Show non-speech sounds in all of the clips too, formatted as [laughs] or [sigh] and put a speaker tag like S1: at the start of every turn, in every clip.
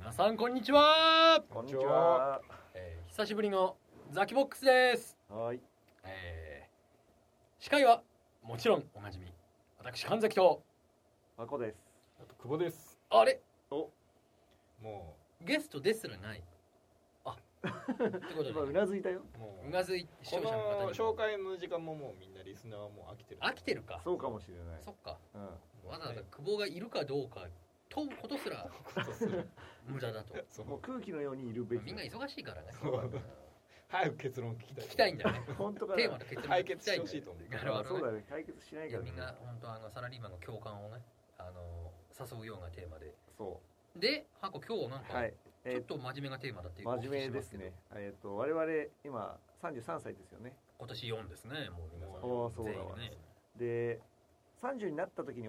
S1: 皆さんこんにちは、
S2: こんにちは。
S1: えー久しぶりのザキボックスです、
S2: はい。
S1: えー司会はもちろんおなじみ私神崎と
S2: まこです。
S3: あと久保です。
S1: あれ
S3: も
S1: ゲストですらないあってこと
S2: 今う
S3: [laughs]
S1: で、
S2: なずいたよ。
S3: うも
S1: う
S3: う
S1: なずい視
S3: こ
S1: 聴者の方に
S3: の
S1: も
S3: 紹介の時間ももうみんなリスナーはもう飽きてる。
S1: 飽きてるか
S2: そうかもしれない。
S1: そっか
S2: う
S1: わざわざ久保がいるかどうか問うことすら
S3: ことする。
S1: 無駄だと
S3: そ
S2: ん。もう
S3: う
S2: 空気のようにいるべき。
S1: みんな忙しいからね
S3: そうなんだ [laughs] 早く結論聞きたい。
S1: 聞きたいんだよね
S2: 本当かな。
S1: テーマの結論が
S3: 解
S1: 聞き
S3: 決
S1: た
S3: し
S1: い
S3: て
S1: ん
S3: ほ
S1: だよ
S3: しいと思う。
S1: なるほどね
S2: そうだね。解決しない
S1: い
S2: か
S1: や
S2: らね。
S1: みんな本当あのサラリーマンの共感をねあの誘うようなテーマで
S2: そ
S1: でハコ今日はなん
S2: う。
S1: か、
S2: はい。
S1: ちょ
S2: え
S1: っと真面目なテーマだってい
S2: ー
S1: うお聞き
S2: 真面目です
S1: しま
S2: ね
S1: すけど。
S2: えっと我々今三十三歳ですよね。
S1: 今年4ですねもう皆さん
S2: おーそうだ
S1: 全
S2: わ
S1: 員ね
S2: で三十になった時に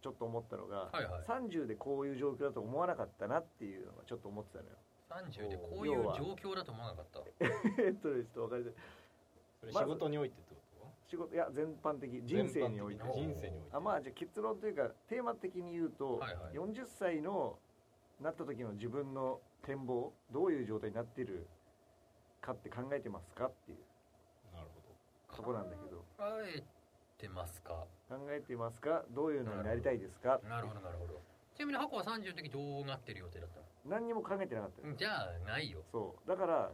S2: ちょっと思ったのが
S1: はいはい、
S2: 三十でこういう状況だと思わなかったなっていうのがちょっと思ってたのよ。 [laughs]
S1: 30でこういう状況だと思わなかった
S2: えっとねちょっとわかりづらい。
S3: それ仕事においてってこ
S2: 仕事いや全般的
S3: と？
S2: 人生において
S3: 全。般的に人生において。
S2: あまあじゃあ結論というかテーマ的に言うと、
S1: はいはい
S2: 40歳のなった時の自分の展望どういう状態になってるかって考えてますかっていう
S3: なるほど。
S2: とこなんだけど
S1: 考えてますか
S2: 考えてますかどういうのになりたいですか
S1: なるほどなるほどちなみにハコは30の時どうなってる予定だった
S2: 何にも考えてなかったよ、
S1: のじゃあないよ
S2: そうだから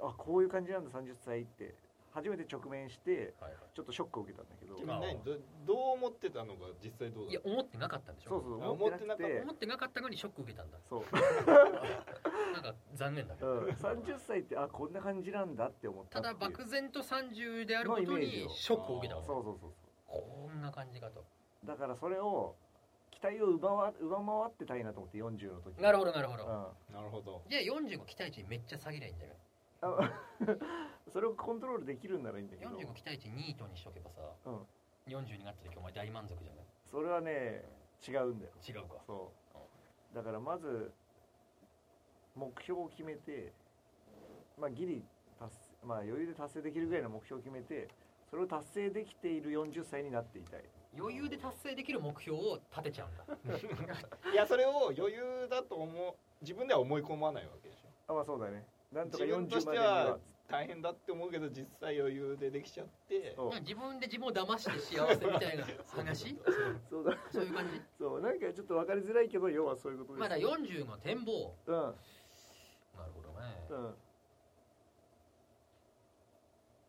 S2: あこういう感じなんだ30歳って初めて直面して
S1: はいは
S2: ちょっとショックを受けたんだけど
S3: で
S1: まあ
S3: も何どどう思ってたのが実際ど
S1: い
S3: うだっ
S1: いや思ってなかったんでしょ
S2: そうそう
S3: あ
S2: 思ってなく
S3: 思って
S2: て
S1: 思ってなかったのにショック受けたんだ
S2: そう、
S1: なんか残念だけ
S2: う
S1: ど、
S2: ん、30歳ってあこんな感じなんだって思った
S1: た
S2: ってい
S1: だ
S2: う
S1: 漠然と30であること
S2: のイメージ
S1: に
S2: を
S1: ショックを受けたわ
S2: そうそうそうそう
S1: こんな感じかと
S2: だからそれを期待を奪わ上回ってたいなと思って40の時
S1: なるほどなるほ
S2: う
S1: ど、
S2: ん
S3: た？なるほど。
S1: じゃあ45期待値めっちゃ下げりゃいいんだよ
S2: あ [laughs] それをコントロールできるんならいいんだけど
S1: 45期待値ニートにしとけばさ、
S2: うん
S1: 40になった時お前大満足じゃない
S2: それはね違うんだよ
S1: 違うか
S2: そうだからまず目標を決めてまあギリ達成まあ余裕で達成できるぐらいの目標を決めてそれを達成できている40歳になっていたい
S1: 余裕で達成できる目標を立てちゃうんだ
S3: いやそれを余裕だと思う自分では思い込まないわけでしょ。
S2: あまあそうだねなんとか
S3: 自分と
S2: 40
S3: して
S2: までに
S3: は
S2: は
S3: 大変だって思うけど実際余裕でできちゃって。
S2: そう
S1: 自分で自分を騙して幸せみたいな話
S2: そうだ
S1: そういう感じ
S2: そうなんかちょっと分かりづらいけど要はそういうことです
S1: まだ40の展望
S2: うん
S1: なるほどね
S2: うん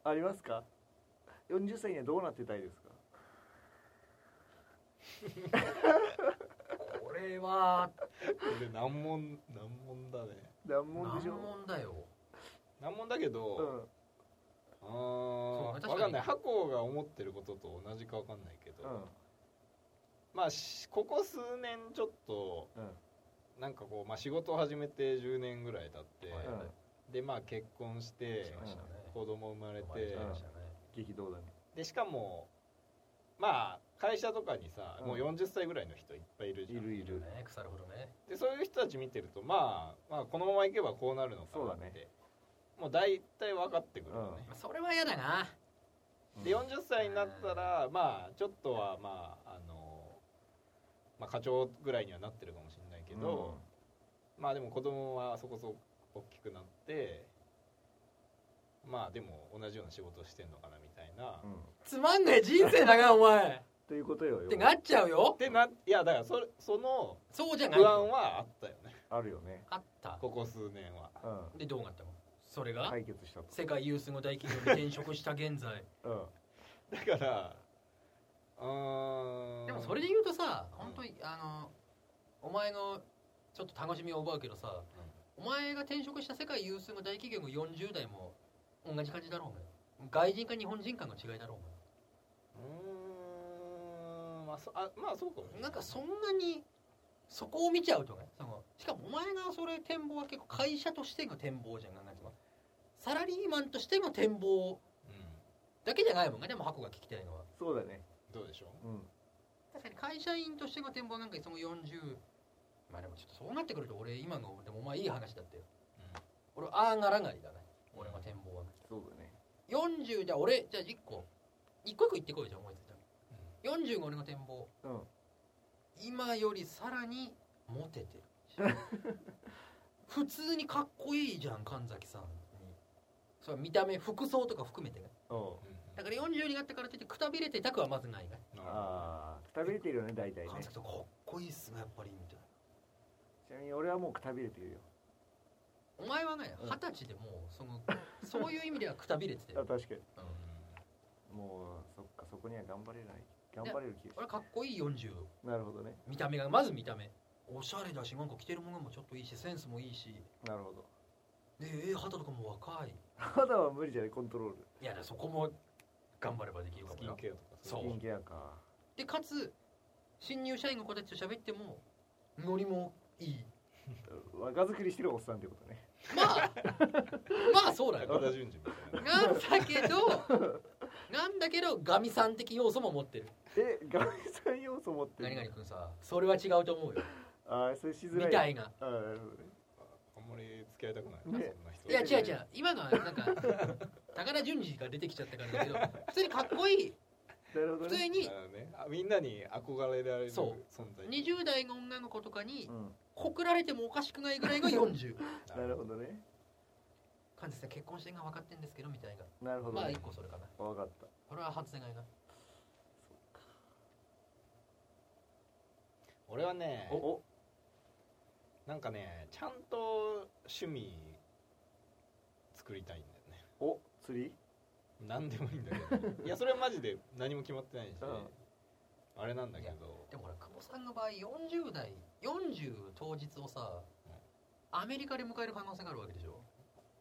S2: ありますか40歳にはどうなってたいですか
S1: これは
S3: これ難問難問だね
S2: 難問
S1: 難
S2: でしょ
S1: 問だよ
S3: 難問だけ
S2: う
S3: ど、
S2: ん
S3: うーん
S1: そう確かに
S3: 分かんない箱が思ってることと同じか分かんないけ
S2: う
S3: ど、
S2: ん
S3: まあしここ数年ちょっと
S2: うん
S3: なんかこう、まあ、仕事を始めて10年ぐらい経って、
S1: はい
S2: うん
S3: でまあ結婚して
S1: しましたね
S3: 子供生まれ
S1: 生まれ
S3: て、
S1: ちゃいましたね
S2: 激動だね
S3: でしかもまあ会社とかにさ、
S2: うん
S3: もう40歳ぐらいの人いっぱいいるじゃ
S2: い
S3: ん
S2: る
S1: ね腐るほどね
S3: でそういう人たち見てると、まあ、まあこのままいけばこうなるのかなっ
S2: そう
S3: て
S2: だね
S3: もう大体分かってくるよね、
S2: うん
S1: まあそれは嫌だな
S3: で40歳になったらまあちょっとはまああの、まあ、課長ぐらいにはなってるかもしれないけど、まあでも子供はそこそこ大きくなってまあでも同じような仕事してんのかなみたいな。
S2: うん、うん
S1: つまんねえ人生だなお前
S2: ということよ
S1: っ
S2: 要
S1: て
S2: は
S1: なっちゃうよ
S3: でないやだからそれその
S1: そうじゃない
S3: 不安はあったよね
S2: あるよね
S1: あった
S3: ここ数年は。
S2: うん
S1: でどうなったのそれが
S2: 解決したと
S1: 世界有数の大企業に転職した現在
S2: うん
S3: だからうーん
S1: [laughs] でもそれで言うとさ
S3: ん
S1: 本当にあのお前のちょっと楽しみを奪うけどさお前が転職した世界有数の大企業も40代も同じ感じだろうお前外人か日本人かの違いだろうお
S3: うーんまあそあまあそうかもね
S1: 前なんかそんなにそこを見ちゃうとねそのしかもお前がそれ展望は結構会社としての展望じゃんなんていうのサラリーマンとしての展望
S3: うん
S1: だけじゃないもんねでも箱が聞きたいのは
S2: そうだね
S3: どうでしょう
S2: うん
S1: 確かに会社員としての展望なんかその40まあでもちょっとそうなってくると俺今のでもお前いい話だってよ俺ああならないだね俺の展望はね
S2: そうだね
S1: 40じゃあ俺じゃあ1個一個一個言ってこいじゃん思いついたの40が俺の展望
S2: うん
S1: 今よりさらにモテてる
S2: [laughs]
S1: 普通にかっこいいじゃん神崎さんにそれは見た目服装とか含めてね
S2: うん
S1: だから40になってからといってくたびれてたくはまずないね
S2: ああくたびれてるよね大体ね
S1: 神崎さんかっこいいっすねやっぱりみたい
S2: ちなみに俺はもうくたびれてるよ
S1: なお前はね
S2: うん
S1: 二十歳でもうそのそういう意味ではくたびれてて
S2: あ確かに
S1: うん
S2: もうそっかそこには頑張れない頑張れる気が
S1: 俺はかっこいい40
S2: しなるほどね
S1: 見た目がまず見た目おしゃれだしなんか着てるものもちょっといいしセンスもいいし
S2: なるほど
S1: でえー肌とかも若い
S2: 肌は無理じゃないコントロール
S1: いやそこも頑張ればできるかも
S3: スキン
S1: な
S3: ケアとか
S1: そう
S2: スキンケアか
S1: でかつ新入社員の子たちと喋ってもノリもい [laughs] い
S2: 若作りしてるおっさんってこ
S1: [laughs]
S2: とね
S1: まあまあそうだ
S3: 高
S1: よ
S3: 田純次みたいな
S1: なんだけどなんだけどガミさん的要素も持ってる
S2: えガミさん要素持って
S1: 何々
S2: る
S1: くんさそれは違うと思うよ
S2: ああそれしづ
S1: み
S2: らい
S1: たいな
S2: ああなるほどね
S3: あんまり付き合いたくないな
S2: ね
S3: そんな人
S1: いや違う違う今のはなんか高田純次が出てきちゃったからだけど普通にかっこいい
S2: なるほ
S1: 普
S2: どね
S1: 通に
S3: なるほどねあみんなに憧れられる存
S1: そう
S3: 在
S1: 20代の女の子とかに
S2: うん
S1: 告られてもおかしくないぐらいが40
S2: なるほどね
S1: 感じで結婚してんが分かってんですけどみたいな
S2: なるほど
S1: まあ
S2: ね
S1: 一個それかな
S2: わかった
S1: これは外せないな
S3: 俺はね
S2: お
S3: なんかねちゃんと趣味作りたいんだよね
S2: お釣り
S3: 何でもいいんだけどいやそれはマジで何も決まってないし、
S2: うん
S3: あれなんだけど
S1: でもほら久保さんの場合40代40当日をさ
S3: うん
S1: アメリカで迎える可能性があるわけでしょ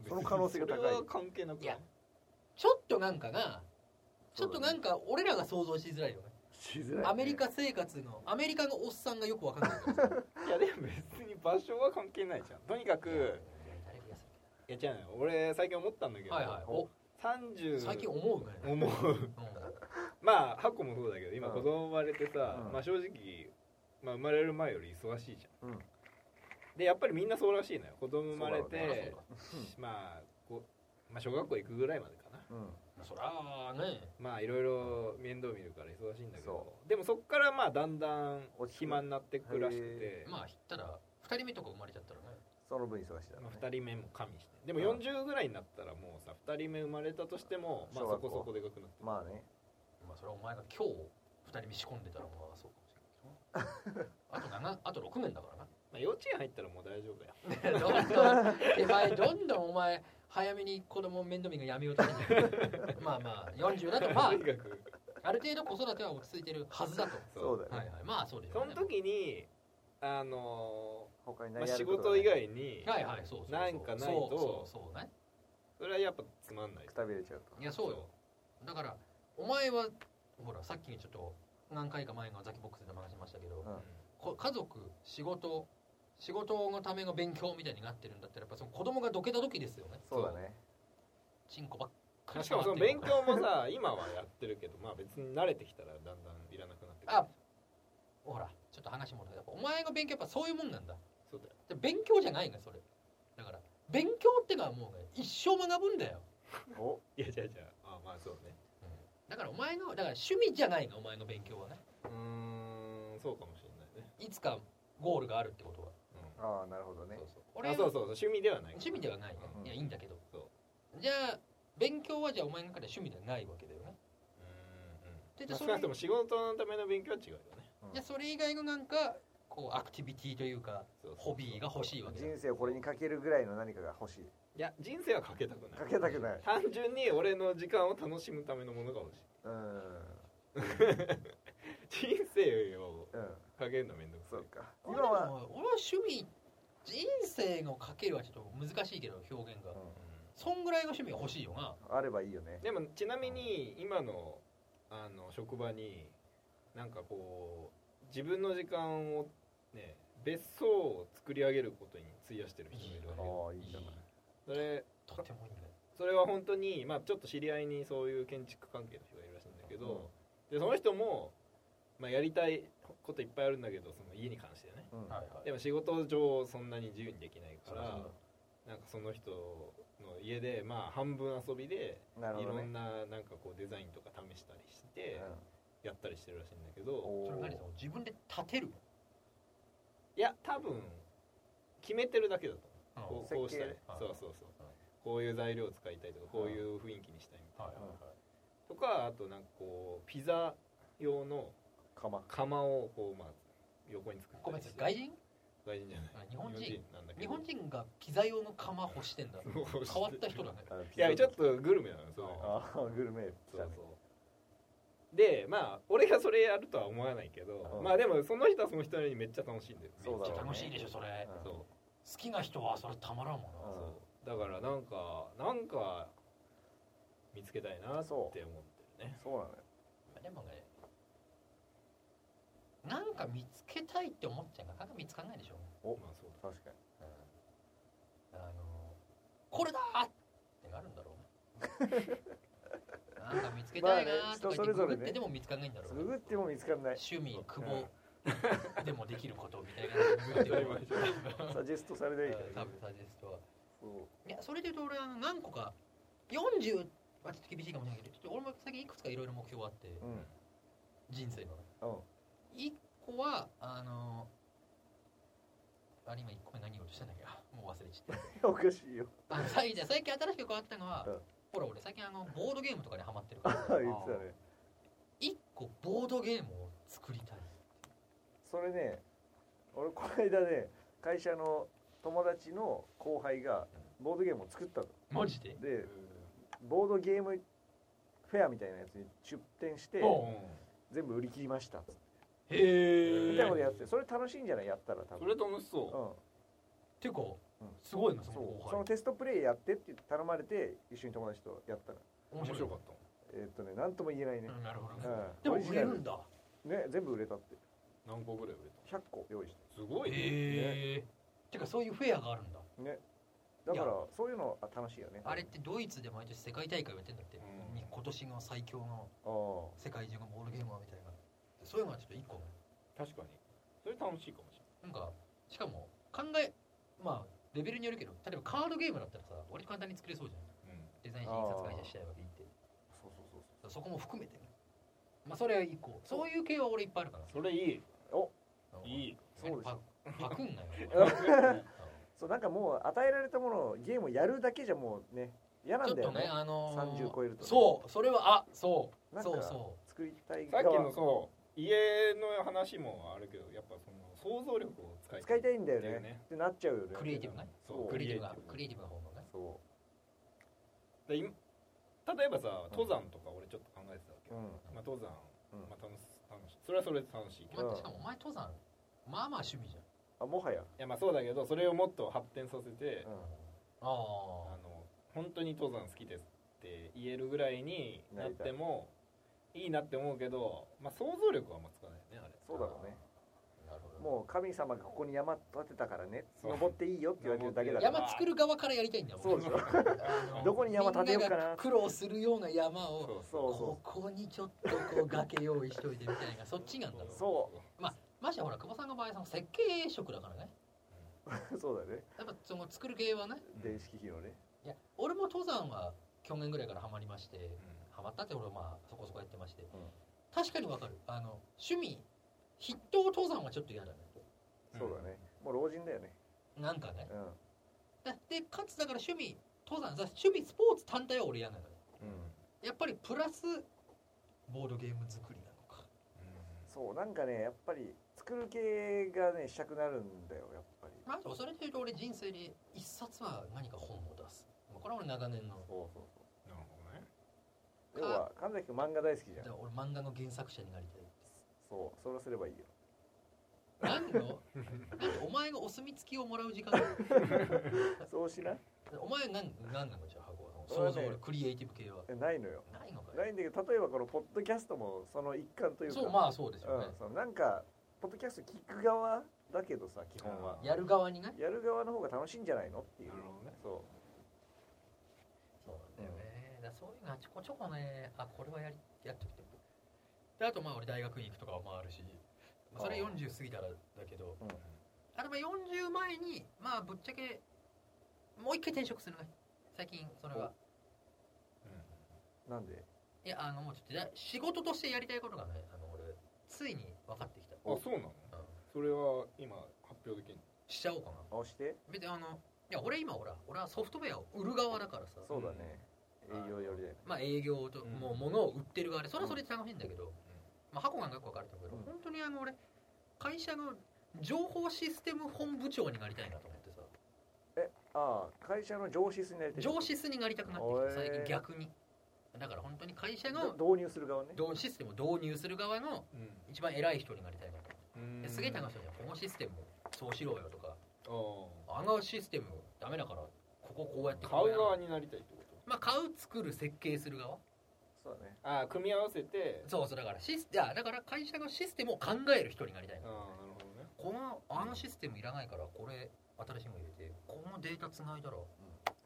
S2: その可能性が高い
S3: それは関係なくない
S1: いやちょっとなんかがちょっとなんんか俺らが想像しづらいよね
S2: しづらいね
S1: アメリカ生活のアメリカのおっさんがよくわかんないからさ
S3: いやでも別に場所は関係ないじゃんとにか
S1: いや
S3: く
S1: 誰が痩せる
S3: いや違うのよ俺最近思ったんだけ
S1: け
S3: ど、
S1: どはいはいお
S3: 30
S1: 最近思うね、うん、
S3: 思うまあハコもそうだけど今
S2: うん
S3: 子供生まれてさ、
S2: うん
S3: まあ正直、まあ、生まれる前より忙しいじゃん、
S2: うん
S3: でやっぱりみんなそうらしいのよ子供生まれ
S2: そうだろう
S1: ね
S3: てまあこうまあ小学校行くぐらいまでかな
S2: うん
S1: そらあね
S3: まあいろいろ面倒見るから忙しいんだけど
S2: そ
S3: でもそっからまあだんだん
S2: 落ち着く
S3: 暇になってくらしくて、
S1: まあ言ったら2人目とか生まれちゃったらね
S2: その分忙しいだろう
S3: ま
S2: ね
S3: あ、2人目も加味してでも
S2: うん
S3: 40ぐらいになったらもうさ2人目生まれたとしても、まあ、
S2: 小
S3: そ
S2: 学
S3: こ
S2: 校
S3: そこでかくなって
S2: まあね
S1: まあそれはお前が今日2人目仕込んでたらまあそうかもしれないけどなあと長あと6年だからな [laughs]
S3: まあ、幼稚園入ったらもう大丈夫だよ
S1: どんどん手前どんどんお前早めに子供面倒見がやめようとしてるまあまあ40だとまあ
S3: [laughs] とにかく
S1: ある程度子育ては落ち着いてるはずだと
S3: そう
S2: そうだよね
S1: はいはいまあそうでしょ
S3: そう
S1: ね
S3: の時にあの
S2: 他に
S3: ーまあ、
S2: 何や
S3: 仕
S2: ること
S3: 事
S2: が
S3: 以
S2: ね
S3: 外に
S1: はいはいそうそうそう
S3: なんかないと
S1: そうそうそうね
S3: それはやっぱつまんない
S2: くたびれちゃう
S1: いやそうよだからお前はほらさっきちょっと何回か前のザキボックスでも話しましたけど
S2: うん
S1: こ家族仕事仕事のための勉強みたいになってるんだったらやっぱその子供がどけた時ですよね
S2: とそうだね
S1: チンコばっか
S3: うん
S1: り
S3: しかもその勉強もさ [laughs] 今はやってるけどまあ別に慣れてきたらだんだんいらなくなってくる
S1: あほらちょっと話戻るけどやっぱお前の勉強やっぱそういうもんなんだ
S3: そうだよ
S1: で勉強じゃないねそれだから勉強ってのはもうね一生学ぶんだよ
S2: お
S3: いやじゃあじゃああまあそうね
S1: だからお前のだから趣味じゃないのお前の勉強はね
S3: うーんそうかもしれないね、
S1: いつかゴールがあるってことは
S3: うん
S2: ああなるほどね
S1: そうそう
S3: あ
S1: 俺
S3: そう
S1: は
S3: そうそう趣味ではない
S1: 趣味ではないね
S2: うん
S1: いやいいんだけど
S3: そ
S1: じゃあ勉強はじゃあお前の中で趣味ではないわけだよね
S3: う
S1: で
S3: ん
S1: で
S3: まあ
S1: そ
S3: 少
S1: れ
S3: なくとも仕事のための勉強は違うよね
S1: じゃあそれ以外のなんかこうアクティビティというか
S3: そうそう
S1: ホビーが欲しいわけだ
S2: 人生をこれにかけるぐらいの何かが欲しい
S3: いや人生はかけたくな
S2: か
S3: い
S2: けたくない
S3: 単純に俺の時間を楽しむためのものが欲しい
S2: うんうん
S3: 人生をかけるのめんどくさ
S2: そ
S3: いう
S2: か
S1: 俺でも俺
S2: 今は
S1: は趣味人生のかけるはちょっと難しいけど表現がそんぐらいの趣味が欲しいよな
S2: あればいいよね
S3: でもちなみに今のあの職場になんかこう自分の時間をね別荘を作り上げることに費やしてる人もいる
S2: あ
S3: わ
S2: あいいじゃない
S3: けそれ
S1: とってもいいね
S3: それは本当にまあちょっと知り合いにそういう建築関係の人がいるらしいんだけど、でその人も、まあ、やりたいこといっぱいあるんだけどその家に関してね
S2: うん
S1: はいはい
S3: でも仕事上そんなに自由にできないか
S2: そうそう
S3: らなんかその人の家でまあ半分遊びで
S2: なる
S3: い
S2: ほど
S3: ろ
S2: ね
S3: んななんかこうデザインとか試したりしてやったりしてるらしいんだけ
S2: うん
S3: ど
S1: それ
S2: お
S1: 何その自分で立てる
S3: いや多分決めてるだけだとこう
S2: 設計
S3: こうしたい
S2: ね
S1: はい
S3: そうそうそう
S1: はい
S3: こういう材料を使いたいとかこういう雰囲気にしたいみたい
S1: はいはい
S3: なとかあとなんかこうピザ用の
S2: 釜
S3: 釜をこうまあ横に作った
S1: ごめん
S3: り
S1: な
S3: し
S1: さい
S3: て
S1: 外人
S3: 外人じゃない
S1: あ日本人
S3: なんだけど
S1: 日本人がピザ用の釜欲してんだ
S3: そう欲してる
S1: 変わった人だね
S2: あ
S3: [laughs] いやちょっとグルメなのそれ
S2: あーグルメ
S3: そ
S2: だ
S3: う
S2: ね
S3: そうでまあ俺がそれやるとは思わないけど
S2: うん
S3: まあでもその人はその人なりにめっちゃ楽しいんだよ
S2: そうだろうね
S1: 楽しいでしょそれ
S2: うん
S3: そう
S1: 好きな人はそれたまらんもんな
S2: うん
S3: そうだからなんかなんか見つけたいなって思ってるね
S2: そうなのよ
S1: でもねなんか見つけたいって思っちゃうからなかなか見つかんないでしょ
S2: そう
S3: まあそう
S2: 確かに
S1: あのこれだーってなるんだろう
S2: [laughs]
S1: ねなんか見つけたいなーとか言って
S2: まあね人それぞ
S1: ググ
S2: れね
S1: ってでも見つかんないんだろうね
S2: すぐっても見つかんない
S1: 趣味久
S2: うん
S1: 保でもできることみたいな感じでググ
S2: [laughs]
S1: っても
S2: サジェストされない
S1: 多分サジェストは
S2: そう
S1: いやそれで言うと俺は何個か40はちょっと厳しいかもしれないけどちょっと俺も最近いくつかいろいろ目標があって
S2: うん
S1: 人生の
S2: うん
S1: 1個はあのあれ今1個目何言おうとしてんだっけ [laughs] あもう忘れちゃった
S2: おかしいよ
S1: あ
S2: [laughs]
S1: の最近最近新しく変わったのは、
S2: うん
S1: ほら俺最近あのボードゲームとかにハマってるから
S2: あ言ってたね
S1: 1個ボードゲームを作りたい
S2: それね俺この間ね会社の友達の後輩がボードゲームを作ったの
S1: マジで
S2: でボードゲームフェアみたいなやつに出店して
S1: お
S3: うん
S2: 全部売り切りました
S1: へ
S2: みたいな
S1: え
S2: ことやっててそれ楽しいんじゃないやったら多
S3: そ
S2: 分う
S3: れ
S2: ん
S3: 楽しそ
S1: てか
S2: ん
S1: すごいなその
S2: そう
S1: 後
S2: その
S1: 輩
S2: テストプレイやってって頼まれて一緒に友達とやったら
S3: う
S1: 面白い
S3: かっ
S2: えーっとね何とも言えないね
S1: うんなるほど、ね
S2: う
S1: で
S2: ん
S1: も
S2: オリジ
S1: 売
S2: ナ
S1: れ
S2: ル
S1: るんだ
S2: ね全部売れたって
S3: た何個ぐらい売れ
S2: 100個用意した
S3: すごいね
S1: へえてかそういうフェアがあるんだ
S2: てねだから
S1: いや
S2: そういうのは楽しいよね
S1: あれってドイツで毎年世界大会をやってんだって、
S3: うん
S1: に今年の最強の
S2: ああ
S1: 世界中のボールゲーマーみたいなそういうのはちょっと一個
S3: 確かにそれ楽しいかもし
S1: なんかしかも考えまあレベルによるけど例えばカードゲームだったらさ割と簡単に作れそうじゃん
S3: れない
S1: デザイン印刷会社しちゃえばいいって
S2: そうそうそうそ
S1: そこも含めてねまあそれは一個そういう系は俺いっぱいあるから
S3: それいい
S1: い
S3: いい
S2: そうでしょ
S1: パクん [laughs] なよお前
S2: うそうなんかもう与えられたものをゲームをやるだけじゃもうね嫌な
S1: ちょ
S2: ん
S1: っ
S2: だよ
S1: と
S2: ね
S1: ねあのー
S2: 30超えるとね
S1: そうそれはあそう
S2: なんか
S1: そうそ
S2: 作りたい
S3: さっ
S2: 側
S3: きのそう家の話もあるけどやっぱその想像力を使い
S2: 使いたいんだよ
S3: だ
S2: ね
S3: よね
S2: ってなっちゃうよね
S1: クリエイティブね
S3: そう
S1: うクリエイティブなクリエ
S3: イ
S1: イティブな方のね
S2: そ
S3: ティブだ今例えばさ登山とか俺ちょっと考えてたわけ
S2: ううん
S3: まあ登山
S2: うん
S3: まあ楽し楽しいそれはそれで楽しいけ
S1: お
S3: ど
S1: 前しかもお前登山まあまあ趣味じゃん
S2: あもはや
S3: いやまあそうだけどそれをもっと発展させて
S2: うん
S1: ああ
S3: あの本当に登山好きですって言えるぐらいになってもいいなって思うけどまあ想像力はあんまつかないよねあれ
S2: そうだろうね
S1: なるほど
S2: もう神様がここに山建てたからね
S3: そう
S2: 登っていいよって言われてるだけだから
S1: 山作る側からやりたいんだもん
S2: そうで
S1: [laughs]
S2: しょ
S1: あの
S2: どこに山建てようかな
S1: みんが苦労するような山
S3: そう
S1: を
S2: そう
S1: ここにちょっとこう崖用意しといてみたいな
S2: [laughs]
S1: そっちなんだろう
S2: そ
S1: ましてやほら久保さんの場合その設計職だからね
S2: そうだね
S1: やっぱその作る系はね
S2: 電子機器のね
S1: いや俺も登山は去年ぐらいからハマりまして
S3: うん
S1: ハマったって俺まあそこそこやってまして、
S2: ん
S1: 確かにわかるあの趣味筆頭登山はちょっと嫌だね
S2: そうだねもう老人だよね
S1: なんかね
S2: うん
S1: だでかつだから趣味登山だ趣味スポーツ単体は俺嫌なのよ
S2: うん
S1: やっぱりプラスボードゲーム作りなのか
S2: そうなんかねやっぱり作る系がねしたくなるんだよやっぱり
S1: まあでもそれで言うと俺人生で一冊は何か本を出すまあこれは俺長年の
S2: そうそう
S3: なるほどね
S2: そう要は神崎君漫画大好きじ
S1: だ
S2: ゃん
S1: から俺漫画の原作者になりたい
S2: そうそれすればいいよ
S1: 何のなんでお前がお墨付きをもらう時間 [laughs] だよ
S2: そうしな
S1: お前なん何なのじゃあ箱は
S2: 俺は
S1: 想
S2: ね
S1: 像俺クリエイティブ系は
S2: えないのよ
S1: ないのかよ
S2: ないんだけど例えばこのポッドキャストもその一環というか
S1: そうまあそうですよね
S2: うん、、そのなんかポッドキャスト聞く側だけどさ基本は
S3: う
S1: やる側にね
S2: やる側の方が楽しいんじゃないのっていう
S3: なるほどね
S2: そ
S1: そうなんだよね、だからそういうのはちょこちょこねあこれはやりやっときてであとまあ俺大学院行くとかはまああるし、まあ、それ
S2: ああ
S1: 40過ぎたらだけど
S2: う、うん、
S1: あれまあ40前にまあぶっちゃけもう一回転職するね最近それは
S2: なんで
S1: いやあのもうちょっとだ仕事としてやりたいことがねあの俺ついに分かってきた
S3: うんあそうなの
S1: うん
S3: それは今発表できる
S1: しちゃおうかな
S2: 押して
S1: 別にあのいや俺今ほら俺はソフトウェアを売る側だからさ
S2: そうだね、営業よりだよね
S1: まあ営業と、
S3: うん
S1: もう物を売ってる側でそれはそれで楽しいんだけど、まあ、箱がよく分かると思うけど、
S2: うん
S1: 本当にあの俺会社の情報システム本部長になりたいなと思ってさ
S2: ああ会社の上司室になりたい
S1: 上司室になりたくなってき
S2: お
S1: て
S2: え
S1: 最近逆にだから本当に会社の
S2: ど導入する側ね
S1: どうシステムを導入する側の一番偉い人になりたいなと
S3: うん
S1: ですげえ楽しいじゃんこのシステムそうしろよとか
S3: お
S1: あのシステムダメだからこここうやって
S3: ー
S1: こ
S3: 買
S1: や
S3: う
S1: ろ
S3: 側になりたいってこと
S1: まあ買う作る設計する側
S2: そうだね
S3: ああ組み合わせて
S1: そうそうだからシスいやだから会社のシステムを考える人になりたい
S3: ああ
S1: な
S3: なるほどね
S1: このあのシステムいらないからこれ新しいの入れてこのデータつないだら、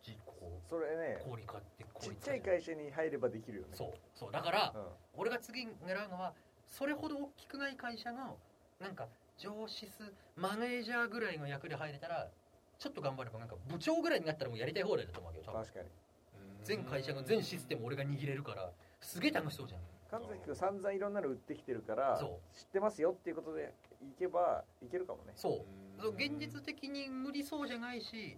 S1: じここ
S2: それね
S1: 氷買って氷
S2: ちっ
S1: 使
S2: ちゃい会社に入ればできるよね
S1: そうそうだから、
S2: うん、
S1: 俺が次狙うのはそれほど大きくない会社のなんか上司すマネージャーぐらいの役で入れたらちょっと頑張ればなんか部長ぐらいになったらもうやりたい放題だと思うわけど多分
S2: 確かに
S1: 全会社の全システム俺が握れるからすげえ楽しそうじゃん
S2: 神崎君散々いろんなの売ってきてるから知
S1: そ
S2: ってますよっていうことでいけばいけるかもね
S1: そううんそう現実的に無理そうじゃないし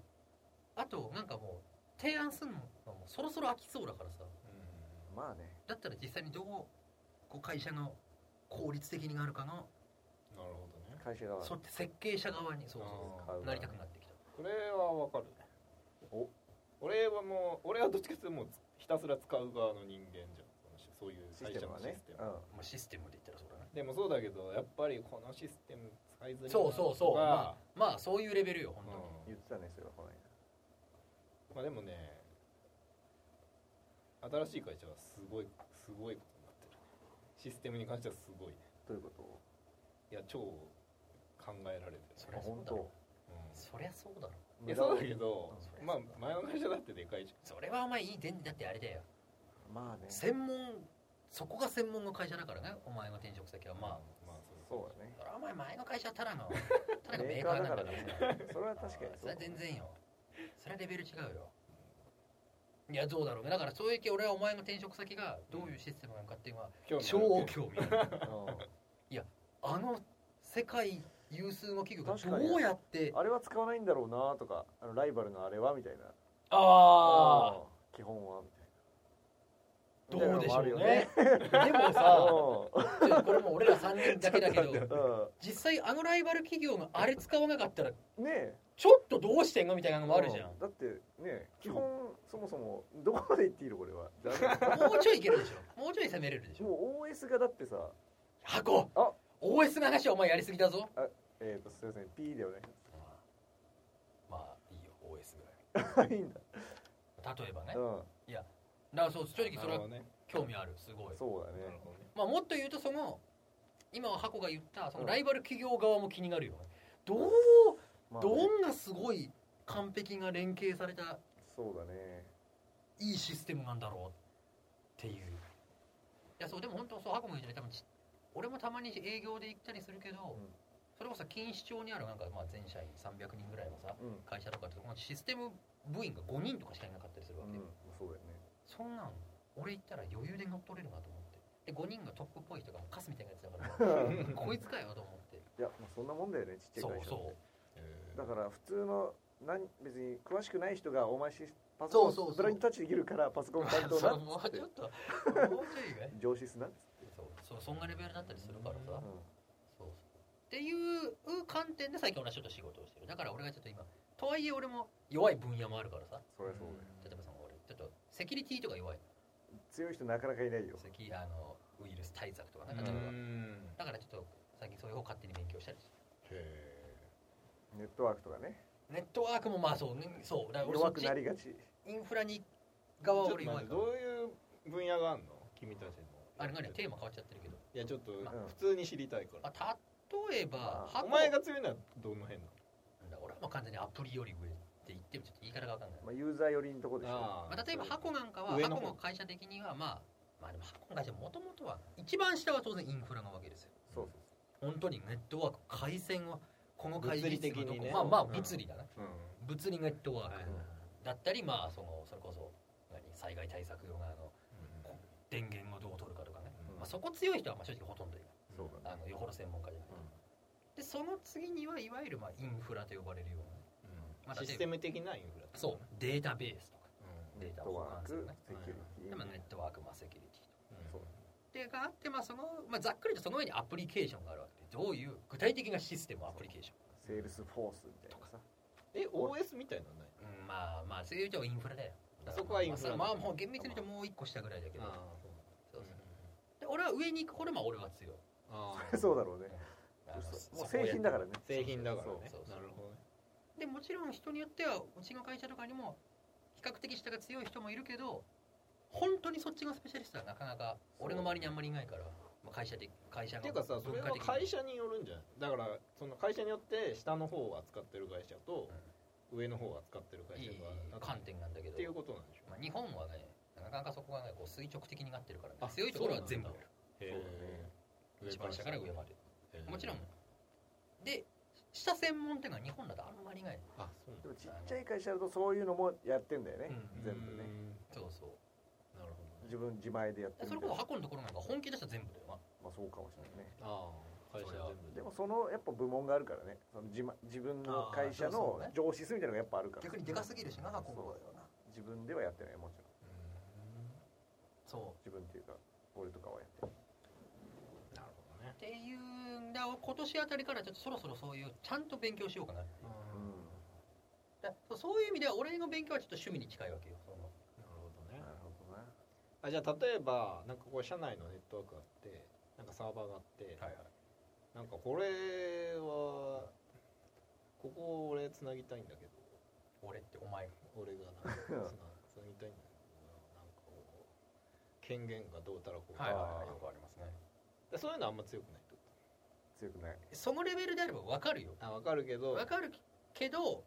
S1: あとなんかもう提案するのがもうそろそろ飽きそうだからさ
S3: うん
S2: まあね
S1: だったら実際にどうこう会社の効率的になるかの
S3: なるほどね
S2: 会社側
S1: そうやって設計者側にそうそ
S3: あー
S2: 買う
S1: うなりたくなってきた
S3: これはわかる
S2: お
S3: 俺はもう俺はどっちかというともうひたすら使う側の人間じゃんそういう
S2: シ
S3: 会
S2: ステ
S3: 社
S2: ムは
S3: のシ
S2: ね
S3: ステム
S2: うん
S1: まあシステムで言ったらそうだね
S3: でもそうだけどやっぱりこのシステム使いづらいな
S1: そうそうそう
S3: とか
S1: まあそういうレベルよ本当に、
S3: うん
S2: 言ってたねそれはこの間
S3: まあでもね新しい会社はすごいすごいことになってるシステムに関してはすごいね
S2: どういうこと
S3: いや超考えられてる、
S1: そ
S2: あ
S1: れ
S2: 本
S1: そうだ
S2: 当
S1: ろそりゃそうだろ
S3: うんいやそうだけど
S1: そりゃ
S3: まあ
S1: そうだ
S3: 前の会社だってでかいじ
S1: それはお前いいでだってあれだよ
S2: まあね
S1: 専門そこが専門の会社だからねお前の転職先
S3: ゃ
S1: は
S3: ん
S1: まあ
S3: まあ
S2: そうだね
S1: それはお前前の会社はた [laughs] だのただのメー
S2: メー
S1: カ
S2: カ
S1: ーだ
S2: ーだ
S1: か
S2: からら
S1: ね
S2: ね [laughs] それは確かに
S1: それは全
S2: 然
S1: 然よそれはレベル違うよいやどうだろうねだからそういう系俺はお前の転職先がどういうシステムなのかっていうのは
S3: 今日
S1: 超興味ある
S2: う
S1: あの世界有数の企業が
S2: 確かに
S1: どうやって
S2: んあれは使わないんだろうなとかあのライバルのあれはみたいな
S1: あ
S2: うん基本はみ
S1: ど
S2: たいな
S1: うでしょう
S2: みたいなのもあ
S1: ね
S2: るよ
S1: でもさ
S2: う
S1: ちょっとこれも俺ら3人だけだけど
S2: んうん
S1: 実際あのライバル企業があれ使わなかったら
S2: ねえ
S1: ちょっとどうしてんのみたいなの [laughs] もあるじゃん
S2: うだってね基本そもそもどこまで行っていいのこれはだ
S1: [laughs]
S2: め
S1: もうちょいいけるでしょもうちょい攻めれるでしょ
S2: もう OS がだってさ
S1: 箱
S2: あ
S1: OS の話はお前やりすぎだぞ
S2: えっ、とすいません P だよね
S1: まあいいよ OS ぐら
S2: いいんだ
S1: い例えばね
S2: うん
S1: だからそう正直それ
S3: なる
S1: は
S3: ほどね
S1: 興味あるすごい
S2: そうだ
S3: な
S2: ね
S3: るほどね
S1: まあもっと言うとその今箱が言ったそのライバル企業側も気になるよねどう
S2: まあね
S1: どんなすごい完璧が連携された
S2: そうだね
S1: いいシステムなんだろうっていういやそうでも本当そう箱も言ってた多分ち俺もたまに営業で行ったりするけど、
S2: ん
S1: それこそ錦糸町にあるなんかまあ全社員300人ぐらいのさ
S2: うん、
S1: 会社とかってまあシステム部員が5人とかしかいなかったりするわけよ、
S2: うん、そうだよね
S1: そんなん俺行ったら余裕で乗っ取れるなと思ってで5人がトップっぽい人がもうカスみたいなやつだから [laughs] こいつかよと思って
S2: [laughs] いや、まあ、そんなもんだよねちっち
S1: そ
S2: ゃいう会社
S1: そう
S3: えー
S2: だから普通のなん別に詳しくない人がお前しパソ
S1: そ
S2: コ
S1: うそうそ
S2: ン
S1: う
S2: ブラインドタッチできるからパソコン担当
S1: [laughs] そう
S2: な
S1: もうちょっともうちょいが
S2: 上司すな、
S1: そうそうそんなレベルだったりするからさ、
S3: う
S2: うん
S1: そ
S3: ん、
S1: うそうっていう観点で最近俺はちょっと仕事をしてるだから俺がちょっと今とはいえ俺も弱い分野もあるからさ
S2: そりゃそうだよ
S1: 例えばその俺ちょっとセキュリティとか弱い
S2: 強い人なかなかいないよ
S1: セキあのウイルス対策とかなん
S3: う
S1: か
S3: ん
S1: 例えば
S3: うん
S1: だからちょっと最近そういう方勝手に勉強したりして
S3: へ
S2: ネットワークとかね
S1: ネットワークもまあそう、ね、そうだから俺そ
S2: 弱
S1: っ
S2: く
S1: ち
S2: なりがち
S1: インフラに
S3: ーち
S1: 側
S3: ょ
S1: は
S3: っと
S1: 俺弱
S3: 待
S1: い
S3: っ
S1: か
S3: て
S1: ら
S3: どういう分野があるの君たちの
S1: あれ何テーマ変わっちゃってるけど
S3: いやちょっと
S1: ま
S2: あ
S3: 普通に知りたいから
S1: あ例えば
S2: まあ
S1: 箱
S3: お前が強いのはどの辺なの
S1: 俺はもう完全にアプリより上って言ってもちょっと言い方が分かんない
S2: まあ、ユーザー寄りのとこでしょ
S3: あ
S1: まあ、例えば箱なんかは
S3: 上の
S1: 箱
S3: 方
S1: の会社的にはまあまあでも箱の会社もともとは一番下は当然インフラなわけですよ
S2: そう
S1: 本当にネットワーク回線はこの会社
S3: 物理的にね
S1: まあまあ
S3: うん
S1: 物理だね、
S3: うん
S1: 物理ネットワーク
S3: はい
S1: だったりまあそのそれこそ何災害対策用のあの電源をどう取るかとかね、
S2: うん
S1: まあ、そこ強い人はまあ正直ほとんどいない
S2: そうだね
S1: あのよほど専門家じゃない、でその次にはいわゆるまあインフラと呼ばれるようなまあ
S3: システム的なインフラ
S1: そうデータベースとか
S2: ネ
S1: デ
S2: ッ
S1: ータを
S2: ト
S1: 保
S2: ワ
S1: 管す
S2: ーク
S1: るね
S2: セキュリテ
S1: で
S2: ィ
S1: まあネットワーク、まあ、セキュリティとか
S2: そう
S1: でがあって、まあそのまあ、ざっくりとその上にアプリケーションがあるわけでどういう具体的なシステムアプリケーション
S2: セールスフォースみたいなさ
S3: え OS みたいなのない
S1: うんまあまあそういうとインフラだよ
S3: あそこはインフラ
S1: まあ、まあもう厳密に言うともう一個下ぐらいだけど
S3: あ
S1: そうそうで俺は上に行くほどまあ俺は強い
S3: あ
S2: [laughs] そうだろうね
S1: あの
S2: 嘘もう製品だからね
S3: 製品だからね
S1: そうそうそう
S3: なるほどね
S1: でもちろん人によってはうちの会社とかにも比較的下が強い人もいるけど本当にそっちのスペシャリストはなかなか俺の周りにあんまりいないから、まあ、会社で会社の
S3: っていうかさそれは
S1: 文化的に
S3: 会社によるんじゃないだからその会社によって下の方を扱ってる会社と上の方を扱ってる会
S1: い
S3: 社
S1: い
S3: が
S1: 観点なんだけど
S3: っていうことなんでしょ
S1: まあ、日本はねなかなかそこがねこう垂直的になってるからね、
S3: あ
S1: 強いところは全部
S3: そ
S2: そ
S3: う
S2: うだね
S3: え
S1: 一番下から上まで
S3: へえ
S1: もちろんで下専門っていうのは日本だとあんまりいない、
S3: あそうなん
S2: で
S3: だ
S2: もちっちゃい会社だとそういうのもやってんだよね、
S1: うん
S2: 全部ね
S1: そうそう
S3: うんなるほどね
S2: 自分自前でやっ
S1: で
S2: てる
S1: それ
S2: みたい
S1: こそ
S2: な
S1: 箱のところなんか本気出したら全部だよな
S2: まあそうかもしれないね
S3: ああ会社全部
S2: でもそのやっぱ部門があるからねその自ま自分の会社
S1: あーそうそう
S2: の
S1: ね
S2: 上司数みたいなのがやっぱあるから
S1: 逆にでかすぎるしな箱
S2: そ
S1: の
S2: うだよな自分ではやってないもちろん
S3: う
S1: そ
S2: 自分っていうか俺とかはやってる
S3: んなるほどね
S1: うっていうんだ今年あたりからちょっとそろそろそういうちゃんと勉強しようかな
S3: うん
S1: だそういう意味では俺の勉強はちょっと趣味に近いわけよその
S3: なるほどね
S2: なるほどな
S3: あじゃあ例えばなんかこう社内のネットワークがあってなんかサーバーがあって
S1: はいはい
S3: なんかこれはここ俺つなぎたいんだけど
S1: 俺ってお前
S3: 俺がな
S1: [laughs]
S3: んかつなつなぎたいんだけどなんかこう権限がどうたらこうた
S1: はい
S3: ら、
S1: はいはいよくありますね
S3: でそういうのはあんま強くないってこ
S2: 強くない
S1: そのレベルであれば分かるよ
S3: とあ分かるけど
S1: わかるけど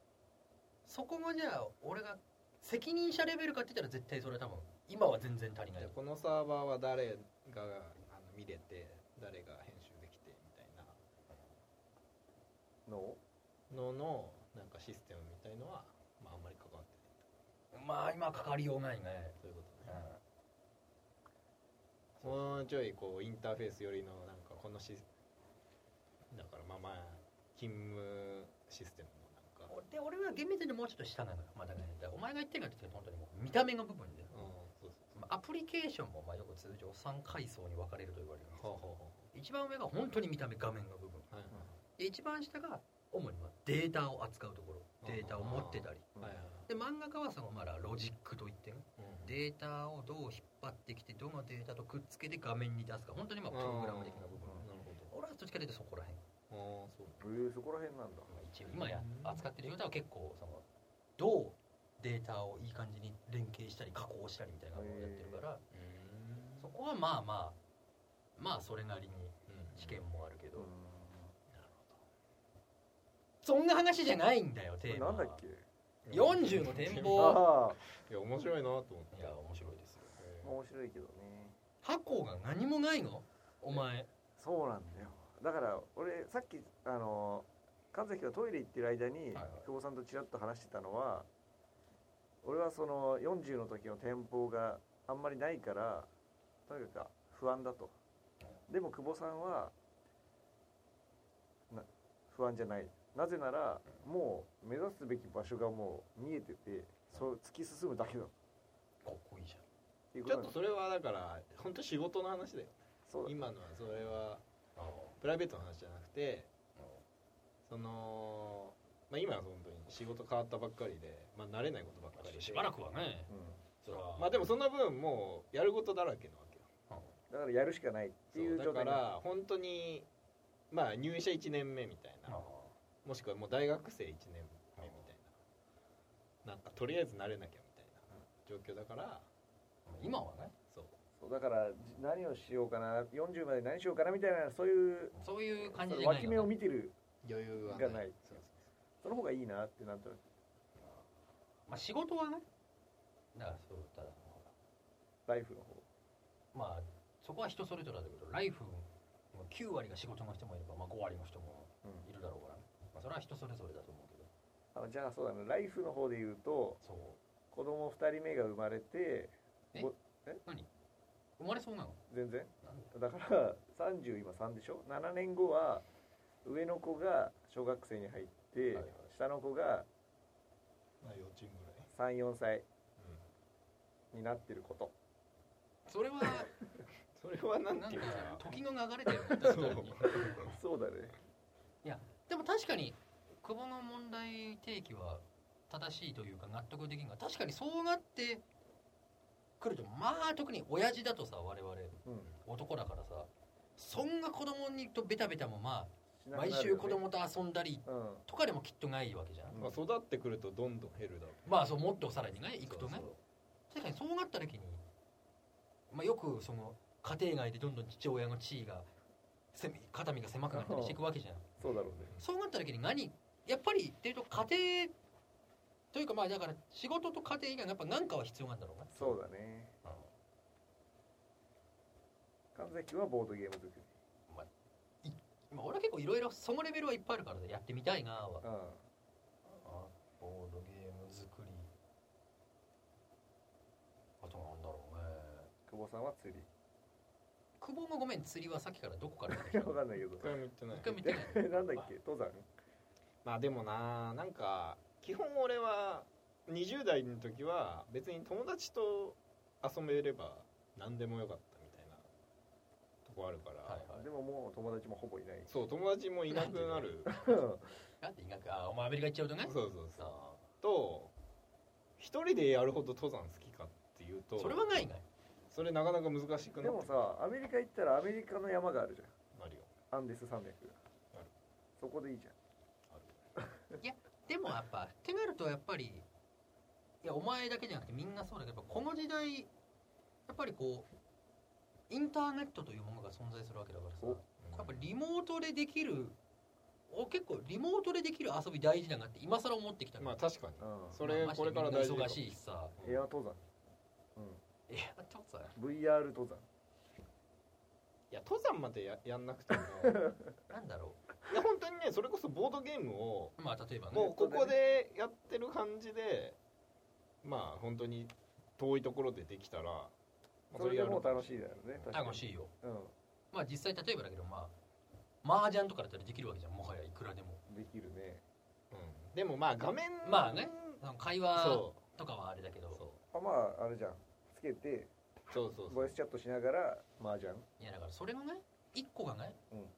S1: そこもじゃあ俺が責任者レベルかって言ったら絶対それは多分今は全然足りない
S3: でこのサーバーは誰があの見れて誰が編集できてみたいな
S2: の
S3: ののなんかシステムみたいのは、まあ、あんまり関わってない
S1: まあ今はかかりようないね、
S3: そういうこと
S1: う
S3: ね
S1: ん、
S3: もうちょいこうインターフェース寄りのなんかこのシスだからまあまあ勤務システムのなんか、
S1: で俺は厳密にもうちょっと下なのよまだねだからお前が言ってるのはちょっと本当にもう見た目の部分で、
S3: うん、そうそう
S1: まあアプリケーションもまあよく通常3階層に分かれると言われるんです
S3: そうは
S1: よ一番上が本当に見た目画面の部分
S3: あはあは
S1: で一番下が主にまあデータを扱うところデータを持ってたり
S3: あはいはいはい
S1: で漫画家はそのまあロジックといってね
S3: うん
S1: データをどう引っ張ってきてどのデータとくっつけて画面に出すか本当にまあプログラム的な部分
S3: なるほど
S1: 俺はどっちかというとそこら辺
S3: ああそう
S2: えー、そこら辺なんだ
S1: まあ一応今や
S3: うん
S1: 扱ってる状態は結構そのどうデータをいい感じに連携したり加工したりみたいなのをやってるから
S3: うん
S1: そこはまあまあまあそれなりに知見もあるけど
S2: う
S1: そんな話じゃないんだよテ
S2: ん
S1: ー
S2: な
S1: マ
S2: んだっけ
S1: 40の展望
S2: あ
S3: いや面白いなと思って
S1: いや面白いですよ
S3: へ
S2: あ面白いけどね
S1: 箱が何もないのお前
S2: そうなんだよだから俺さっきあの神崎がトイレ行ってる間に
S1: はいはい
S2: 久保さんとちらっと話してたのは俺はその40の時の店舗があんまりないからとにかく不安だとでも久保さんはな不安じゃないなぜならもう目指すべき場所がもう見えててそう突き進むだけだっ
S1: かっこいいじゃん
S2: ていうこ
S3: えち
S2: と
S3: ょ
S2: なん
S3: っと
S2: だ
S3: それはだから本当仕事の話だよ
S2: そう
S3: 今のはそれは
S1: ああ
S3: プライベートの話じゃなくてその、まあ、今は本当に仕事変わったばっかりで、まあ、慣れないことばっかりで
S1: しばらくはね
S2: うん
S1: それは
S3: まあでもその分もうやることだらけなわけよ
S2: だからやるしかないっていう
S3: そ
S2: 状
S3: うだ
S2: 態
S3: か
S2: になる
S3: ら本当にまあ入社1年目みたいなもしくはもう大学生1年目みたいななんかとりあえず慣れなきゃみたいな状況だから
S1: 今はね
S3: そう
S2: そうだからじ何をしようかな40まで何しようかなみたいなそういう
S1: そういう感じ
S2: そ
S1: じ
S2: の
S1: ゃない
S2: 脇目を見てる
S3: 余裕は
S2: がない
S3: そうそう
S2: その方がいいなってなんとなく
S1: まあ仕事はねだからそうただ
S2: ライフの方
S1: まあそこは人それぞれだけどライフの9割が仕事の人もいれば、まあ、5割の人もいるだろうからね、まあ、それは人それぞれだと思うけど
S2: あじゃあそうだねライフの方で言うと
S1: そう
S2: 子供2人目が生まれて
S1: 生まれそうなの
S2: 全然
S1: なんで
S2: だから30今3でしょ7年後は上の子が小学生に入って、
S3: はいはい
S2: 下の子が
S3: まあ幼稚園ぐらい、
S2: 34歳
S3: うん、
S2: になってること
S1: それは
S3: それは
S1: な
S3: な
S1: ん
S3: ん
S1: か
S3: ていうか [laughs]
S1: 時の流れだよね確かに
S2: そうだね
S1: でも確かに久保の問題提起は正しいというか納得できんが確かにそうなってくるとまあ特に親父だとさ我々
S2: うん
S1: 男だからさそんな子供にとベタベタもま
S2: し
S1: あ
S2: なくな
S1: 毎
S2: るよね
S1: 週子供と遊んだり
S2: うん
S1: とかでもきっとないわけじゃん、
S3: まあ、育ってくるとどんどん減るだろう
S1: まあそうもっとさらにね行くとね
S3: そうそう
S1: 確かにそうなった時に、まあ、よくその家庭外でどんどん父親の地位がせ肩身が狭くなったりしていくわけじゃん
S2: そうだろうね
S1: そうなった時に何やっぱりっていうと家庭というかまあだから仕事と家庭以外のやっぱ何かは必要なんだろうな
S2: そうだね神崎はボードゲーム作り
S1: まあ俺は結構いろいろそのレベルはいっぱいあるからねやってみたいなは
S2: うん
S1: ボードゲーム作りあとなんだろうね
S2: 久保さんは釣り
S1: 久保もごめん釣りはさっきからどこから出てき
S2: いや
S1: た [laughs]
S2: わかんないけど
S3: 一回も言ってない
S1: 一回見てない
S2: なんだっけ登山
S3: まあでもななんか基本俺は20代の時は別に友達と遊べれば何でもよかったみたいなとこあるから、
S1: はいはい
S2: でももう友達もほぼい
S3: [laughs]
S2: ない
S3: そう友達もいなくなる
S2: う
S1: なんで医学あお前アメリカ行っちゃうとね
S3: そうそうそう
S1: あ
S3: と一人でやるほど登山好きかっていうと
S1: ーそれはないない
S3: それなかなか難しく
S2: んで
S3: なっ
S2: も
S3: て
S2: さアメリカ行ったらアメリカの山があるじ
S3: なるよ
S2: ゃんアンデス山脈
S3: ある
S2: そこでいいじゃん
S1: でもやっぱってなるとやっぱりいやお前だけじゃなくてみんなそうだけどこの時代やっぱりこうインターネットというものが存在するわけだからさ
S2: お
S1: やっぱリモートでできるお結構リモートでできる遊び大事だなって今更思ってきた
S3: まあ確かに
S2: うん
S3: それ
S1: まあ
S3: これから
S1: ま
S3: 大
S1: して
S3: 事
S1: みんな忙しいしさ
S3: うん
S2: エア登山
S1: いやちょっとさ
S2: うん VR 登山
S3: いや登山までややんなく
S2: [laughs]
S3: ても
S1: なんだろ
S3: いや本当にねそれこそボードゲームを
S1: うまあ例えばね
S3: もうここでやってる感じでまあ本当に遠いところでできたら、まあ
S2: それでもう楽
S3: い
S2: しいだろうね確かに
S1: 楽しいよ
S2: う
S1: まあ実際例えばだけどまあ麻雀とかだったらできるわけじゃんもはやいくらでも
S2: んできるね
S3: うんでもまあ画面
S1: まあねその会話
S3: そ
S1: とかはあれだけ
S3: う
S1: ど
S2: あまああれじゃんつけて
S3: そうそうそ
S2: ボイ
S3: う
S2: スチャットしながら麻雀
S1: いやだからそれのね一個がね、
S2: うん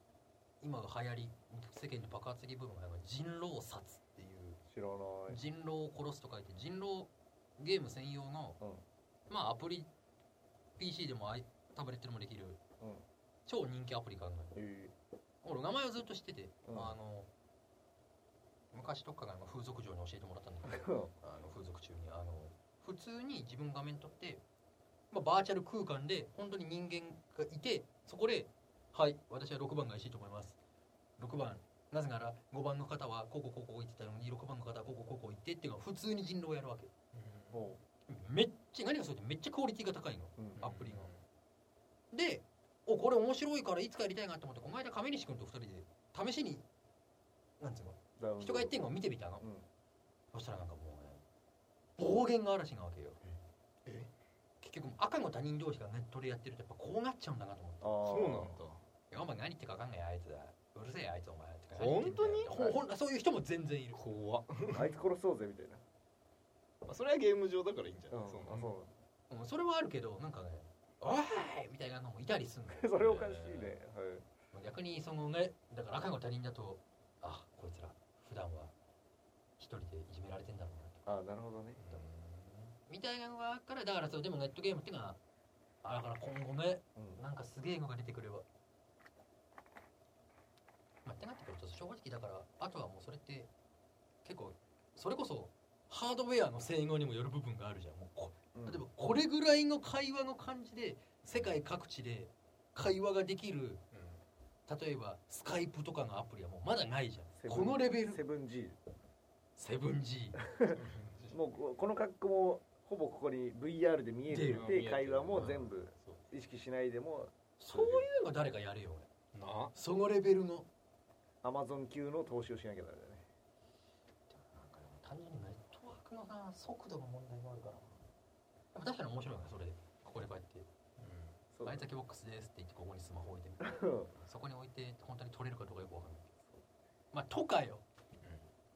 S1: 今が流行り世間で爆発的ブームが人狼殺っていう
S2: 知らない
S1: 人狼を殺すと書いて人狼ゲーム専用の、
S2: うん
S1: まあアプリ PC でもアイタブレットでもできる
S2: うん
S1: 超人気アプリがあるのよ
S2: [laughs] え
S1: 俺名前をずっと知ってて、
S2: うん
S1: あの昔どっかが風俗嬢に教えてもらったんだけど
S2: え
S1: あの風俗中にあの普通に自分画面撮って、まあ、バーチャル空間で本当に人間がいてそこで「はい私は6番がいしいと思います」6番なぜなら5番の方はこうこうこうこう言ってたのに6番の方はこうこうこうこう言ってっていうのは普通に人狼をやるわけ
S2: も
S1: めっちゃ何がそうってめっちゃクオリティが高いの
S2: う、うん、
S1: アプリがでおこれ面白いからいつかやりたいなと思ってこの間亀西君と2人で試しになんつうの
S2: ダウンロード
S1: 人が言ってんのを見てみたの
S2: うん
S1: そしたらなんかもうね暴言が嵐なわけよ
S3: ええ
S1: 結局もう赤の他人同士がネットでやってるとやっぱこうなっちゃうんだなと思って
S2: あー
S3: そうなんだ
S1: 「いやお前何言ってるか分かんないよあいつだうるせえよあいつお前」とか
S3: 本当に
S1: ほほんそういう人も全然いる
S3: 怖っ
S2: あいつ殺そうぜみたいな
S3: まあそれはゲーム上だからいいんじゃない、
S2: うん
S3: そう
S2: あ
S3: な
S2: そう
S3: の
S2: なんだ
S1: うんそれはあるけどなんかね「おい!」みたいなのもいたりすんの
S2: [laughs] [laughs] それおかしいね。
S1: 逆にそのねだから赤の他人だとあこいつら普段は一人でいじめられてんだろうなと
S2: はい、あなるほどね。
S1: みたいなのがあるからだからそうでもネットゲームっていうのはあだから今後ね
S2: うん、
S1: なんかすげえのが出てくれば。まあ、ってなってくると正直だからあとはもうそれって結構それこそハードウェアの性能にもよる部分があるじゃんもうこ例えばこれぐらいの会話の感じで世界各地で会話ができる例えばスカイプとかのアプリはもうまだないじゃんこのレベル
S2: セブン G。
S1: 7G
S3: うん
S2: もうここの格好もほぼここに VR で見えて
S3: 出
S2: て
S3: る
S2: 会話も全部
S3: [laughs] そう
S2: 意識しないでも
S1: そういうの誰かやれよ俺
S3: な
S1: そのレベルの
S2: Amazon 級の投資をしなきゃダメだね。
S1: なんかでも単純にネットワークのな速度の問題もあるからなでも確かに面白いよねそれでここでこうやって
S2: そ
S1: 「
S2: う [laughs]
S1: バイザキボックスです」って言ってここにスマホ置いてみる
S2: うん
S1: そこに置いて本当に取れるかどうかよくわかんないけどまあとかよ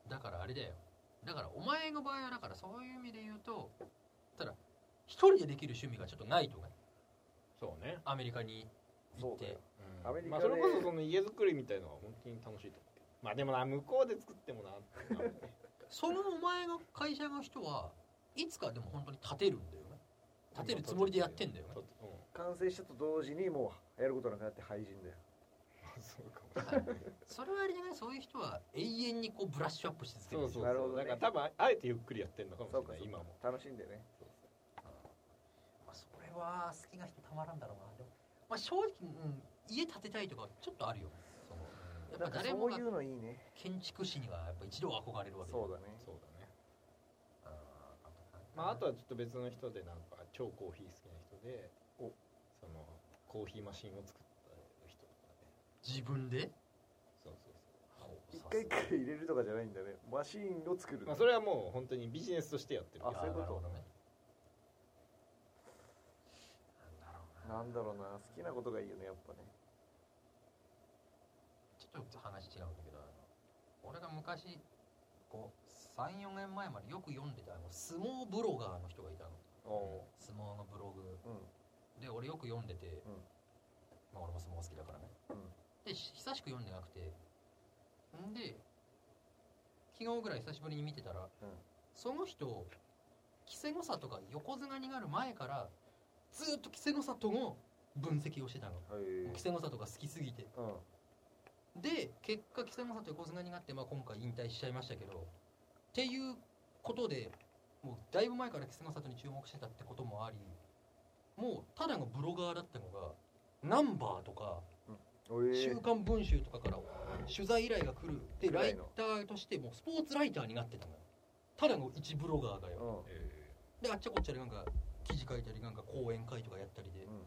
S1: だからあれだよだからお前の場合はだからそういう意味で言うとただ一人でできる趣味がちょっとないとか
S4: そうね、
S1: アメリカに行っ
S2: そうだ
S1: て
S2: よアメリカ
S3: ま
S2: で
S3: あそれこそその家づくりみたいのは本当に楽しいと思うけどまあでもな向こうで作ってもなってなるね
S1: そのお前の会社の人はいつかでも本当に立てるんだよね立てるつもりでやってんだよね
S3: とうん [laughs]
S2: 完成したと同時にもうやることなくなって廃人だよ
S3: そうかも
S1: それはあれじゃないそういう人は永遠にこうブラッシュアップし続け
S3: そ
S1: る
S3: うそう
S2: なるほ
S3: そう
S2: ど
S3: だ
S2: ね
S3: から多分あえてゆっくりやってんのかもし
S2: そ
S3: れ
S2: うか
S3: ない
S2: そうか
S3: 今も
S2: 楽しんでね
S1: まあ、それは好きな人たまらんだろうなでも、まあ、正直、うん、家建てたいとかちょっとあるよそのや
S2: な
S1: っ
S2: ん
S1: ぱ
S2: か
S1: 誰も
S2: そ
S1: が
S2: ういうのいいね
S1: 建築士にはやっぱ一度は憧れるわけ
S2: そうだね
S3: そうだね
S1: あー
S3: まああとはちょっと別の人でなんか超コーヒー好きな人で
S2: お
S3: そのコーヒーマシンを作った人とかね
S1: 自分で
S3: そうそうそ
S2: 一回一回入れるとかじゃないんだねマシーンを作る
S3: うまあそれはもう本当にビジネスとしてやってる
S2: あそういうこと
S1: なるほどねなんだろうな
S2: なんだろうな好きなことがいいよねやっぱね
S1: ちょっと話違うんだけどあの俺が昔こう34年前までよく読んでたあの相撲ブロガーの人がいたの
S2: おお
S1: 相撲のブログ
S2: ーうん
S1: で俺よく読んでて、
S2: うん
S1: まあ、俺も相撲好きだからね、でし久しく読んでなくてんで昨日ぐらい久しぶりに見てたら、その人稀勢の里が横綱になる前からずっと稀勢の里の分析をしてたの
S2: はい
S1: 稀勢の里が好きすぎて
S2: うん
S1: で結果稀勢の里横綱になって、まあ、今回引退しちゃいましたけどっていうことでもうだいぶ前から稀勢の里に注目してたってこともありもうただのブロガーだったのがナンバーとか
S2: お
S1: 「
S2: え
S1: 週
S2: ー、
S1: 刊文集」とかから取材依頼が来るで
S2: ぐら
S1: ライ
S2: いの
S1: ターとしてもうスポーツライターになってたのよただの一ブロガーが
S2: う
S1: よ
S2: ん
S3: ええ
S1: であっちゃこっちゃでなんか記事書いたりなんか講演会とかやったりで
S2: うん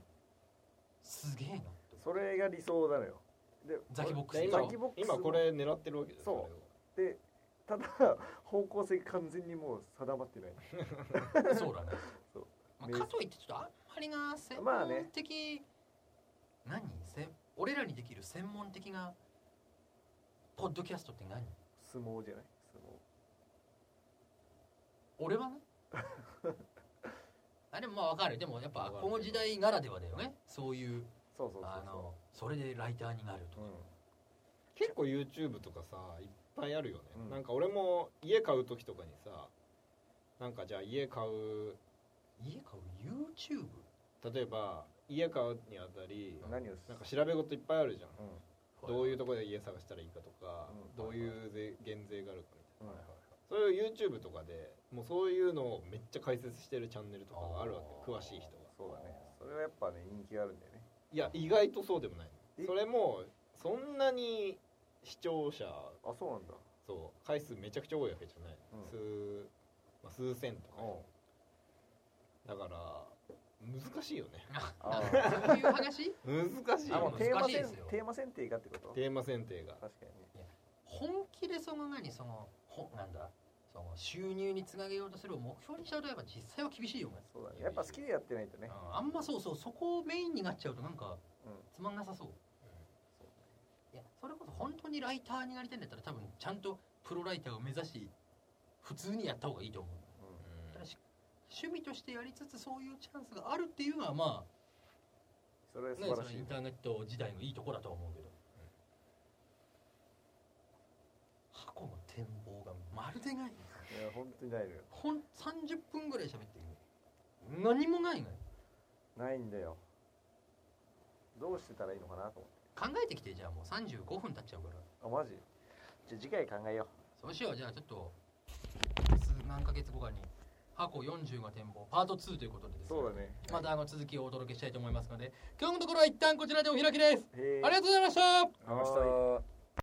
S1: すげえなって
S2: それが理想なのよで
S1: ザキボックス
S2: 俺
S1: でし
S2: ザ
S1: ょ
S2: キボックス
S3: 今これ狙ってるわけです
S2: そうでただ [laughs] 方向性完全にもう定まってない
S1: そうだね
S2: そう。
S1: まあ、かといってちょっとあんまりな専
S2: まあ
S1: 門
S2: ね
S1: 的、何せ俺らにできる専門的なポッドキャストって何
S2: 相撲じゃない相撲
S1: 俺
S2: [laughs]
S1: はねあでもまあわかるでもやっ
S3: わ
S1: ぱ
S3: かる
S1: この時代ならではだよねそういう
S2: そうそうそうそう
S1: あのそれでライターになると
S2: う
S1: か、
S2: ん
S3: 結構 YouTube とかさいっぱいあるよね、
S2: うん
S3: なんか俺も家買う時とかにさなんかじゃあ家買う
S1: 家買う YouTube
S3: 例えば家買うにあたり
S2: 何をす
S3: なんか調べ事いっぱいあるじゃん
S2: うん
S3: どういうところで家探したらいいかとか、
S2: うん
S3: どういう税減税があるかみたいな、
S2: はいはい
S3: そういう YouTube とかでもうそういうのをめっちゃ解説してるチャンネルとかがあるわけ
S1: あー
S3: 詳しい人が
S2: そうだねそれはやっぱね人気があるんだよね
S3: いや意外とそうでもない
S2: え
S3: それもそんなに視聴者
S2: あそうなんだ
S3: そう回数めちゃくちゃ多いわけじゃない、
S2: うん
S3: 数まあ、数千とか
S2: うん
S3: だから難しいよね
S2: あー
S1: そういう話
S3: [laughs] 難しい
S2: あもう
S3: よ
S1: の
S3: ね
S2: テーマ
S1: 難しい
S2: 選
S1: ですよ
S2: テーマ選定がってこと
S3: テーマ選定が
S2: 確かにね
S1: 本気でその何そのほなんだその収入につなげようとするを目標にしちゃうとやっぱ実際は厳しいよね
S2: そうだねやっぱ好きでやってないとね
S1: あんまそうそうそこをメインになっちゃうとなんか
S2: うん
S1: つまんなさそう、いやそれこそ本当にライターになりたいんだったら多分ちゃんとプロライターを目指し普通にやった方がいいと思うただし趣味としてやりつつそういうチャンスがあるっていうのはま
S2: それは
S1: あ、
S2: 素
S1: ね、
S2: 晴
S1: そ
S2: ら
S1: の
S2: しい
S1: インターネット時代のいいところだとは思うけど、箱の展望がまるでない
S2: いや本当にないのよ
S1: ほん30分ぐらい喋ってるの何もないのよ
S2: ないんだよどうしてたらいいのかなと思って
S1: 考えてきてじゃあもう35分経っちゃうから
S2: あマジじゃあ次回考えよ
S1: そうしようじゃあちょっと数何ヶ月後かに箱40が展望パート2ということでで
S2: う
S1: すね
S2: そうだね
S1: またあの続きをお届けしたいと思いますので今日のところは一旦こちらでお開きです
S2: へ
S1: ありがとうございました
S2: ありがとうございました